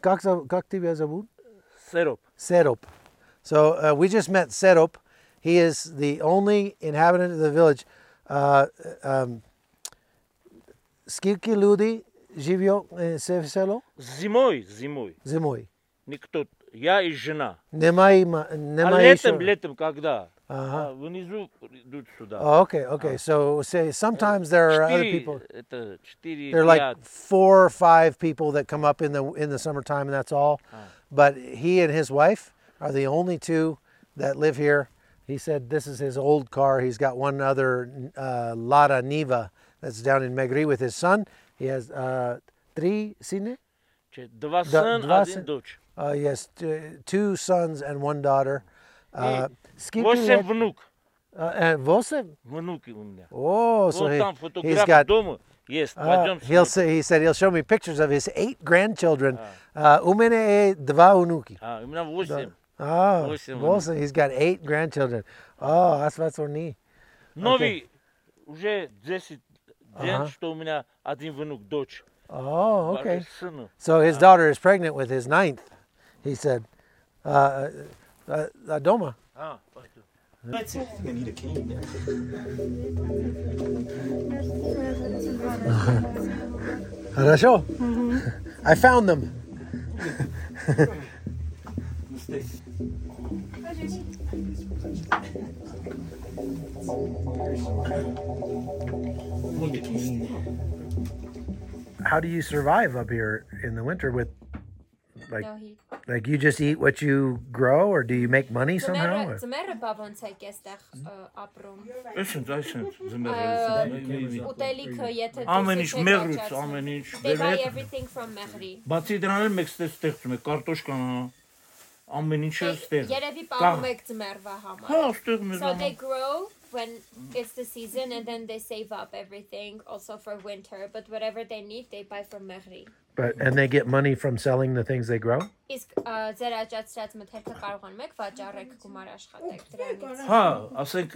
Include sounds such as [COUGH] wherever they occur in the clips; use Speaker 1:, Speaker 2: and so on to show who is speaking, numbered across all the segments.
Speaker 1: как зов- как тебя зовут?
Speaker 2: Serop.
Speaker 1: Serop. So uh, we just met Serop. He is the only inhabitant of the village. Uh, um, скільки люди живет в село?
Speaker 2: Зимой, зимой.
Speaker 1: Зимой.
Speaker 2: Никто. Я и жена.
Speaker 1: Немає,
Speaker 2: А
Speaker 1: немає
Speaker 2: летом, летом когда?
Speaker 1: Ага.
Speaker 2: А, Внизу идут сюда.
Speaker 1: Oh, okay, okay. So say sometimes there are other people.
Speaker 2: Четыре, это четыре,
Speaker 1: There are like
Speaker 2: пять.
Speaker 1: four or five people that come up in the in the summertime, and that's all. But he and his wife are the only two that live here. He said this is his old car. He's got one other uh, Lada Niva that's down in Megri with his son. He has uh, three sine.
Speaker 2: Че- Два
Speaker 1: Да,
Speaker 2: сын,
Speaker 1: два
Speaker 2: один
Speaker 1: сын.
Speaker 2: дочь.
Speaker 1: Uh, he has t- two sons and one daughter. Uh, скільки
Speaker 2: Восемь
Speaker 1: лет-
Speaker 2: внук.
Speaker 1: uh, and восемь?
Speaker 2: Внуки у меня.
Speaker 1: Oh, so
Speaker 2: Вот
Speaker 1: he-
Speaker 2: там
Speaker 1: he's
Speaker 2: фотограф
Speaker 1: got
Speaker 2: дома есть.
Speaker 1: Uh,
Speaker 2: Пойдем
Speaker 1: he'll
Speaker 2: с ним.
Speaker 1: say, he said he'll show me pictures of his eight grandchildren. Uh, у меня есть два внуки.
Speaker 2: А, у меня восемь.
Speaker 1: Oh,
Speaker 2: Восемь
Speaker 1: Wilson, he's got eight grandchildren. Oh, that's what's on me.
Speaker 2: Новый уже 10
Speaker 1: Ага.
Speaker 2: лет, что у меня один внук, дочь.
Speaker 1: Oh, okay.
Speaker 2: Сыну.
Speaker 1: So his daughter is pregnant with his ninth, he said. Uh, uh, uh, Doma.
Speaker 2: А,
Speaker 3: That's it. You need a cane there.
Speaker 1: Хорошо. [LAUGHS] I found them.
Speaker 3: Mistake. Need a cane.
Speaker 1: How do you survive up here in the winter with, like,
Speaker 4: No, he-
Speaker 1: like you just eat what you grow, or do you make money
Speaker 4: Ձմեռը
Speaker 1: somehow? or-
Speaker 4: ձմեռը բա ոնց է այստեղ ը, ապրում։
Speaker 2: Այսինչ, այսինչ,
Speaker 4: Ա,
Speaker 2: զմերս։
Speaker 4: Ուտելիքը եթե
Speaker 2: Ամեն ինչ դե մեղրից, ամեն ինչ Դե-
Speaker 4: They buy
Speaker 2: վերել։
Speaker 4: everything from Մեղրի։
Speaker 2: Բացի դրանից մեկ ստեղ ստեղծում է կարտոշկան, ամեն ինչը ստեղ։
Speaker 4: Դե Երևի դե- պահում եք ձմեռվա
Speaker 2: Հա,
Speaker 4: համար։
Speaker 2: ստեղ մեր։
Speaker 4: So they grow when it's the season and then they save up everything also for winter, but whatever they need they buy from Մեղրի։
Speaker 1: But and they get money from selling the things they grow.
Speaker 4: Իսկ ա, ձեր աճացրած մթերքը կարողանում եք վաճառեք գումար աշխատեք դրանից։
Speaker 2: Հա, ասենք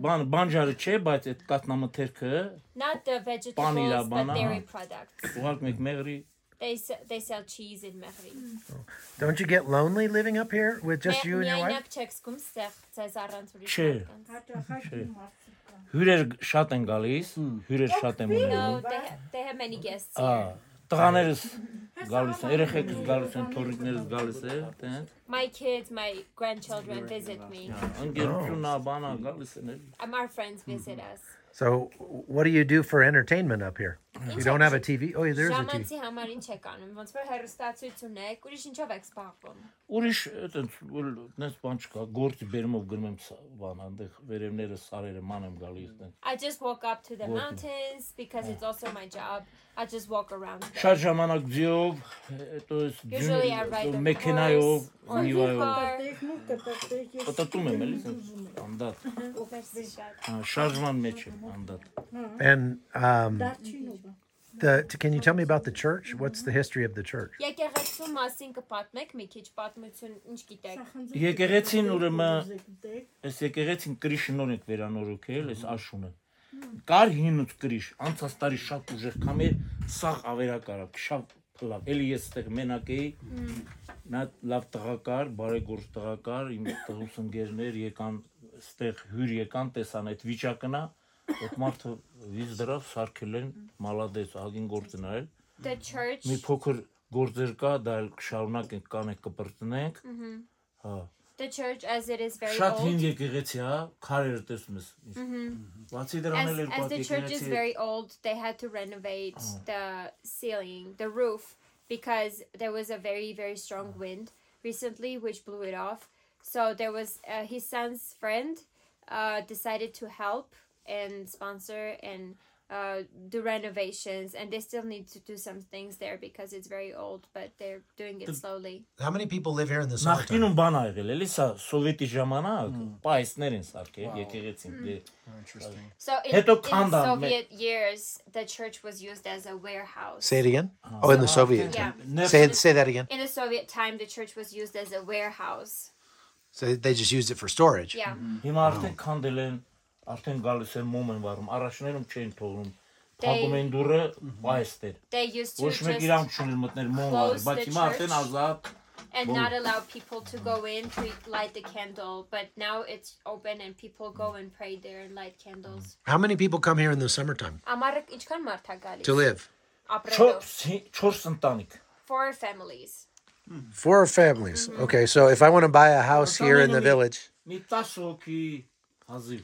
Speaker 2: բան բանջարը չէ, բայց այդ կատնամթերքը
Speaker 4: Not the
Speaker 2: Պանիրա,
Speaker 4: vegetables but
Speaker 2: բանան,
Speaker 4: dairy
Speaker 2: հա։
Speaker 4: products.
Speaker 2: ուղղակի մեկ մեղրի
Speaker 4: They s- they sell cheese in Մեղրի։
Speaker 1: Don't you get lonely living up here with just you and your wife?
Speaker 4: Միայնակ չեք զգում ստեղ ձեզ առանց ուրիշ
Speaker 2: Չէ։
Speaker 4: մարդկանց։
Speaker 5: Հա,
Speaker 2: հյուրեր շատ են գալիս, հյուրեր շատ են ունենում։
Speaker 4: No, they ha- they have many guests
Speaker 2: Հա,
Speaker 4: here.
Speaker 2: տղաներս գալիս են, երեխեքս գալիս են, թորիկներս գալիս է, տենց։
Speaker 4: My kids, my grandchildren visit me.
Speaker 2: հա։ Անգերությունն աբանա գալիս են։ էլ։
Speaker 4: Um, Our friends visit us.
Speaker 1: So, what do you do for entertainment up here? You don't have a TV? Oh, there's a TV.
Speaker 4: Ժամանցի համար ինչ եք անում, ոնց որ հերոստացություն եք, ուրիշ ինչով եք զբաղվում։
Speaker 2: Ուրիշ այդպես որ այդպես բան չկա, գործի բերումով գրում եմ սա- բան, այնտեղ վերևները սարերը ման եմ գալիս այդպես։
Speaker 4: I just walk up to the mountains because it's also my job. I just walk around. there.
Speaker 2: Շատ ժամանակ ձիով, հետո այս
Speaker 4: Usually I ride
Speaker 2: ձյուն-
Speaker 4: on
Speaker 2: մեքենայով,
Speaker 4: horse or in
Speaker 2: նիվայով
Speaker 4: car.
Speaker 2: պատտում եմ էլի անդադ։ հա, Շարժման մեջ եմ անդադ։
Speaker 1: And um, the t- can you tell me about the church? What's the history of the church?
Speaker 4: Եկեղեցու մասին կպատմեք մի քիչ պատմություն, ինչ գիտեք։
Speaker 2: Եկեղեցին ուրեմն այս եկեղեցին կրի շնորհ ենք վերանորոգել, այս աշունը։ Կար հինուց կրիշ, անցած տարի շատ ուժեղ կամ էր սաղ ավերակարա, շատ լավ։ Էլի ես այդտեղ մենակ էի։ Նա լավ տղակար, բարեգործ տղակար, իմ տղուս ընկերներ եկան, այդտեղ հյուր եկան, տեսան այդ վիճակն է, այդ մարդը վիզ դրավ սարքել են, մալադես, ագին գործն արել։
Speaker 4: The church
Speaker 2: Մի փոքր գործեր կա, դա էլ կշարունակենք կանենք կբրտնենք։ Հա։
Speaker 4: The church as it is very
Speaker 2: Շատ հին
Speaker 4: old.
Speaker 2: եկեղեցի է, քարերը տեսնում ես։ Բացի դրան
Speaker 4: As,
Speaker 2: էլ երկու
Speaker 4: as
Speaker 2: հատ
Speaker 4: the church is
Speaker 2: եկեղեցի։
Speaker 4: very old, they had to renovate the ceiling, the roof, because there was a very, very strong wind recently, which blew it off. So there was uh, his son's friend uh, decided to help and sponsor and uh, do renovations, and they still need to do some things there because it's very old, but they're doing it slowly.
Speaker 1: How many people live here in the
Speaker 2: Նախինում բան ա եղել, էլի սա սովետի ժամանակ պայսներ են սարքել եկեղեցին։ դե,
Speaker 4: So in, in
Speaker 2: Հետո
Speaker 4: the
Speaker 2: քանդան, մե-
Speaker 4: Soviet years, the church was used as a warehouse.
Speaker 1: Say it again. Oh, in the Soviet.
Speaker 4: Yeah.
Speaker 2: Նե-
Speaker 1: Say say that again.
Speaker 4: In the Soviet time, the church was used as a warehouse.
Speaker 1: So they just used it for storage.
Speaker 4: Yeah.
Speaker 2: Mm-hmm. Հիմա արդեն քանդել են, արդեն գալիս են մոմ են վառում, առաջներում չեն թողնում։
Speaker 4: Դե-
Speaker 2: Թագում են դուրը պայստեր։
Speaker 4: They used to
Speaker 2: Ոչ մեկ իրանք
Speaker 4: just
Speaker 2: չունեն մտնել մոնղարը,
Speaker 4: Close
Speaker 2: բայց
Speaker 4: the
Speaker 2: հիմա արդեն
Speaker 4: church.
Speaker 2: ազատ
Speaker 4: and
Speaker 2: Bon.
Speaker 4: not allow people to go in to light the candle, but now it's open and people go and pray there and light candles.
Speaker 1: How many people come here in the summertime
Speaker 4: Ամառը ինչքան մարդ է
Speaker 1: to
Speaker 4: գալիս։
Speaker 1: live?
Speaker 2: 4 4 ընտանիք։
Speaker 4: Four families.
Speaker 1: Four families. Okay, so if I want to buy a house here in the village,
Speaker 2: Մի 10 հոգի հազիվ։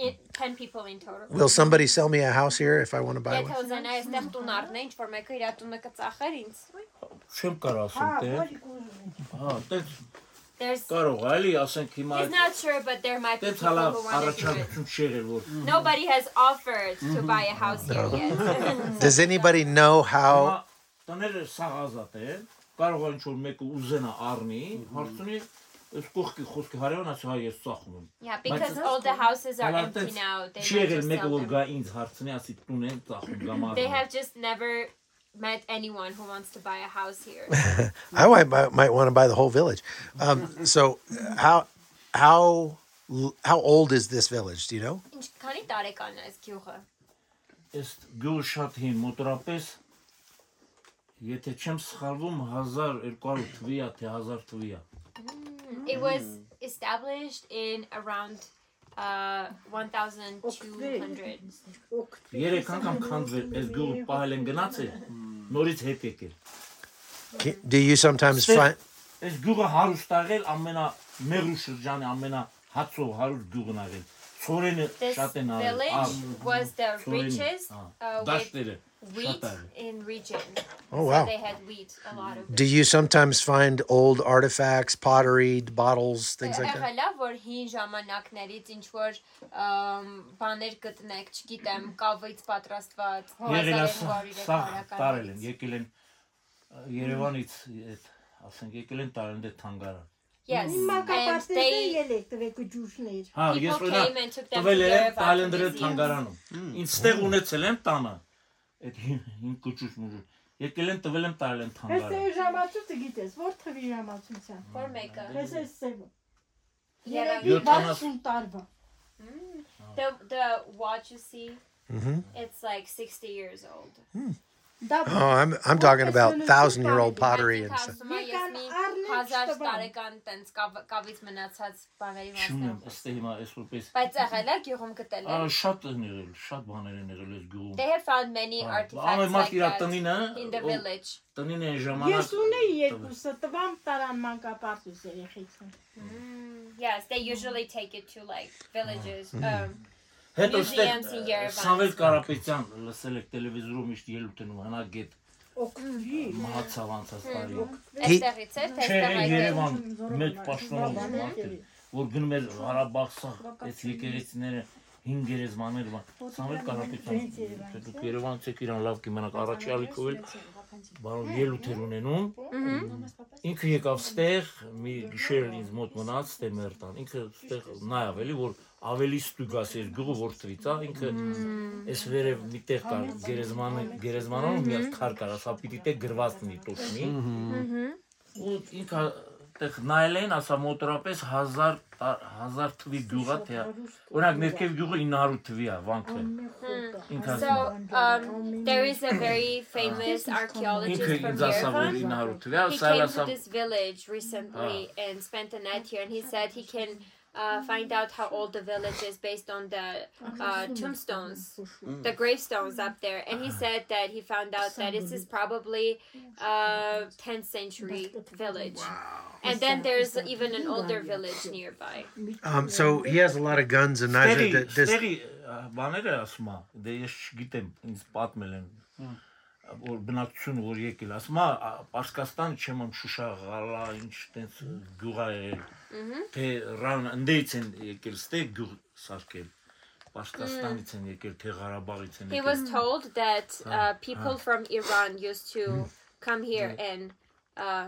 Speaker 4: I- 10 people in total.
Speaker 1: will somebody sell me a house here if I want to buy
Speaker 4: Եթե
Speaker 1: one?
Speaker 4: ուզենա այստեղ տուն առնե, ինչ որ մեկը իր տունը կծախեր ինձ։
Speaker 2: Չեմ կարող ասում դե։ Հա, դες
Speaker 4: There's
Speaker 2: կարող է, էլի, ասենք հիմա
Speaker 4: He's not sure, but there might be
Speaker 2: դες
Speaker 4: people
Speaker 2: հələ
Speaker 4: who want to do it.
Speaker 2: առաջարկություն չի եղել որ
Speaker 4: Nobody has offered to buy a house here
Speaker 1: Mm-hmm.
Speaker 4: yet.
Speaker 1: Does anybody know
Speaker 2: Հիմա
Speaker 1: how?
Speaker 2: տները սաղ ազատ է, կարող է ինչ-որ մեկը ուզենա առնի, հարցնի, այս կողքի խոսքի հարևան ասի, հա ես ծախում եմ։
Speaker 4: Yeah, because all the houses are empty now. They
Speaker 2: Չի
Speaker 4: might
Speaker 2: եղել
Speaker 4: just
Speaker 2: մեկը
Speaker 4: sell
Speaker 2: որ
Speaker 4: them.
Speaker 2: գա ինձ հարցնի, ասի տուն են ծախում կամ
Speaker 4: They
Speaker 2: առնում։
Speaker 4: have just never met anyone who wants to buy a house
Speaker 1: [LAUGHS]
Speaker 4: here.
Speaker 1: I might, might, might want to buy the whole village. Um, so how how l- how old is this village? Do you know?
Speaker 4: Ինչ քանի տարեկան է այս գյուղը։
Speaker 2: Այս գյուղը շատ հին, մոտորապես եթե չեմ սխալվում 1200 թվի է, թե 1000 թվի է։
Speaker 4: It
Speaker 1: Mm.
Speaker 4: was established in around uh 1200.
Speaker 2: 3 անգամ քանդվել, այս գյուղը պահել են գնացել, նորից հետ եկել։
Speaker 1: Can, do you sometimes
Speaker 2: Sid.
Speaker 1: find?
Speaker 2: Այս գյուղը հարուստ աղել ամենա մեղրու շրջանի ամենա հացով հարուստ գյուղն աղել։ Ցորենը
Speaker 4: This
Speaker 2: շատ են աղել։
Speaker 4: village
Speaker 1: Ah.
Speaker 4: was the richest uh, with
Speaker 2: Դաշտերը
Speaker 4: wheat
Speaker 2: շատ աղել։
Speaker 4: in region.
Speaker 1: Oh
Speaker 4: So
Speaker 1: wow.
Speaker 4: they had wheat, a lot of
Speaker 1: Do you sometimes find old artifacts, pottery, bottles, things like that?
Speaker 4: Եղել է որ հին ժամանակներից ինչ որ բաներ գտնեք, չգիտեմ, կավից պատրաստված
Speaker 2: Եղել է
Speaker 4: 1200
Speaker 2: սա տարել են,
Speaker 4: տարեկան։
Speaker 2: եկել են ա, Երևանից այդ ասենք եկել են տարել դե թանգարան։
Speaker 4: Yes. And
Speaker 5: Մակապարտեզը
Speaker 4: they
Speaker 5: ելեք տվեք ջուշներ։
Speaker 2: Հա,
Speaker 4: People
Speaker 2: ես օրինակ
Speaker 4: came and took them
Speaker 2: տվել
Speaker 4: to
Speaker 2: եմ
Speaker 4: Yerevan
Speaker 2: Թալենդրի
Speaker 4: museum.
Speaker 2: թանգարանում։ Ինստեղ ունեցել եմ տանը։ Այդ հին կուճուշ մուժ։ Եկել են տվել եմ Թալենդ
Speaker 5: Այս է
Speaker 2: թանգարան։
Speaker 5: ժամացույցը գիտես, որ թվի ժամացույցն է։
Speaker 4: որ մեկը
Speaker 5: Այս է սևը։
Speaker 4: Երևի-
Speaker 5: Երևի 60 տարվա։
Speaker 4: the the watch you see
Speaker 1: Mhm.
Speaker 4: it's like 60 years old.
Speaker 5: Դա
Speaker 1: Oh, I'm I'm talking about
Speaker 5: Professional
Speaker 1: thousand year old
Speaker 5: pottery.
Speaker 1: pottery and stuff.
Speaker 4: Ասում եմ ես
Speaker 5: Մի
Speaker 4: մի
Speaker 5: կան առնիչ
Speaker 4: 1000
Speaker 5: տվան։
Speaker 4: տարեկան տենց կավ- կավից մնացած բաների
Speaker 2: Չունեմ,
Speaker 4: մասն։
Speaker 2: ըստ հիմա այսպես։
Speaker 4: Բայց եղել է գյուղում գտել։
Speaker 2: Ա
Speaker 4: են։
Speaker 2: շատ են եղել, շատ բաներ են եղել այս գյուղում։
Speaker 4: They have found many
Speaker 2: Ա,
Speaker 4: Դե, artifacts
Speaker 2: Ամեն մարդ
Speaker 4: like
Speaker 2: իր
Speaker 4: that
Speaker 2: տնինը,
Speaker 4: in the
Speaker 2: ով
Speaker 4: village.
Speaker 2: տնին են ժամանակ։
Speaker 5: Ես ունեի
Speaker 2: տվել։
Speaker 5: երկուսը, տվամ տարան մանկապարտեզ երեխիցն։
Speaker 4: Mm, yes, they usually take it to like villages. Um,
Speaker 2: Հետո
Speaker 4: Museums
Speaker 2: ստեղ
Speaker 4: in Yerevan.
Speaker 2: Սամվել Կարապետյան լսել եք տելևիզորում իշտ ելույթ անում, հնա գետ
Speaker 5: Օկտուբերի։
Speaker 2: մահացավ անցած տարի։
Speaker 1: He-
Speaker 4: այստեղից է, թե
Speaker 2: Չէ,
Speaker 4: այստեղ այդտեղ։
Speaker 2: Երևան մեծ պաշտոնով մարտեր, որ գնում էր Ղարաբաղ սա, այս եկեղեցիները հին գերեզմաներ բան։ Սամվել Կարապետյան, թե դուք Երևանից եք իրան լավ կիմանաք, առաջի ալիքով էլ բարով ելույթեր ունենում։ Ինքը եկավ ստեղ, մի գիշեր ինձ մոտ մնաց Տեմերտան։ Ինքը ստեղ նայավ էլի որ ավելի ստուգաս էր գողը որ թվից, հա, ինքը
Speaker 4: Mm.
Speaker 2: էս վերև միտեղ կար գերեզմանը, գերեզմանով մի հատ քար կար, ասա պիտի թե գրված լինի տոշնի։
Speaker 1: Mm-hmm.
Speaker 4: Mm-hmm.
Speaker 2: Ու ինքը տեղ նայել են, ասա մոտորապես 1000 տա- 1000 թվի գյուղա թե ա- օրինակ ներքև գյուղը 900 թվի է վանքը։ Ինքը
Speaker 4: So, um, there is a very famous archaeologist
Speaker 2: ինքը
Speaker 4: from
Speaker 2: ինձ ասա որ
Speaker 4: Yerevan.
Speaker 2: 900 թվի, է,
Speaker 4: He
Speaker 2: սա էլ
Speaker 4: came to
Speaker 2: ասա
Speaker 4: this village recently and spent the night here, and he said he can uh, find out how old the village is based on the uh, tombstones, the gravestones up there. And he said that he found out that this is probably a 10th century village. And then there's even an older village nearby.
Speaker 1: Um, so he has a lot of guns and knives.
Speaker 2: Ստերի,
Speaker 1: Th- this-
Speaker 2: ստերի ա, բաները ասում է, դե ես չգիտեմ, ինձ պատմել են որ բնակցությունը որ եկել, ասում է ա, Պարսկաստան չեմ ամ Շուշա գալա, ինչ տենց գյուղա եղել։ Թե ռան ընդից են եկել, ստե գյուղ սարքել։ Պարսկաստանից են եկել, թե Ղարաբաղից են
Speaker 4: He
Speaker 2: եկել։
Speaker 4: was told that uh, people from Iran used to come here and uh,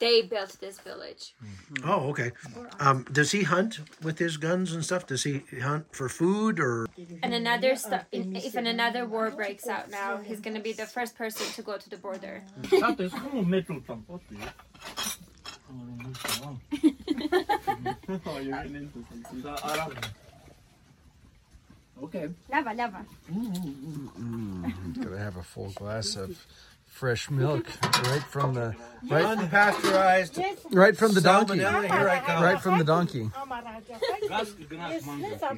Speaker 4: they built this village.
Speaker 1: Oh, okay. Um, does he hunt with his guns and stuff? Does he hunt for food or?
Speaker 4: And another stu- in- if and another war breaks out now, he's gonna be the first person to go to the border.
Speaker 2: Հա, տեսնում ու մետրո տամ, պատի։ Սա արա
Speaker 3: Okay.
Speaker 6: Լավ, է, լավ։ է։
Speaker 7: Gonna Mm-hmm. have a full glass of fresh milk right from the right,
Speaker 1: Unpasteurized.
Speaker 7: right from the donkey.
Speaker 1: Salmonella, here I come.
Speaker 7: Right from the donkey.
Speaker 2: Գազ կգնաս մանգա։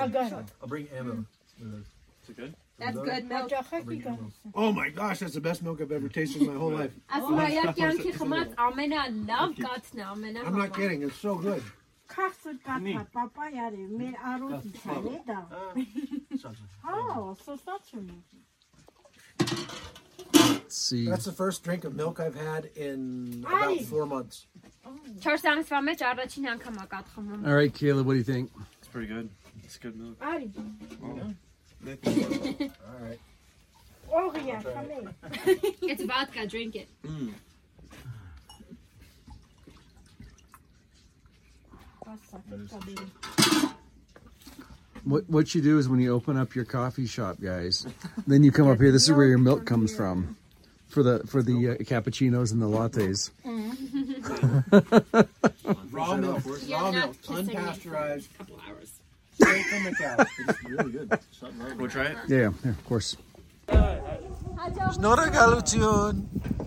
Speaker 3: I'll bring Emma.
Speaker 6: That's good milk։
Speaker 1: Oh my gosh, that's the best milk I've ever tasted in my whole life.
Speaker 4: Ասում եմ, այդ կյանքի խմած ամենալավ գաթն է,
Speaker 1: I'm not
Speaker 4: ամենահամար։
Speaker 1: kidding. It's so good.
Speaker 5: Քարսը կաթա, պապայարը, մեր արոտիքն է դա։ Հա, սոսացում է։
Speaker 7: Let's see.
Speaker 1: That's the first drink of milk I've had in about
Speaker 5: Aye.
Speaker 1: four months.
Speaker 4: 4 ամսվա մեջ առաջին անգամ է գաթ խմում։
Speaker 7: All right, Caleb, what do you think?
Speaker 8: It's pretty good. It's good milk.
Speaker 5: Արի,
Speaker 1: All right.
Speaker 5: օղիա, խմե։
Speaker 4: It's vodka, drink it։
Speaker 5: Պասա, պետքա բերի։
Speaker 7: What what you do is when you open up your coffee shop, guys, then you come up here. This is where your milk comes from, for the for the uh, cappuccinos and the lattes.
Speaker 1: Raw milk.
Speaker 4: You're
Speaker 1: Raw
Speaker 4: not
Speaker 1: milk.
Speaker 4: kissing me.
Speaker 1: Unpasteurized. Straight from the cow.
Speaker 3: It's really good. It's not wrong.
Speaker 8: We'll try it.
Speaker 7: Yeah, yeah, of course.
Speaker 1: Շնորհակալություն։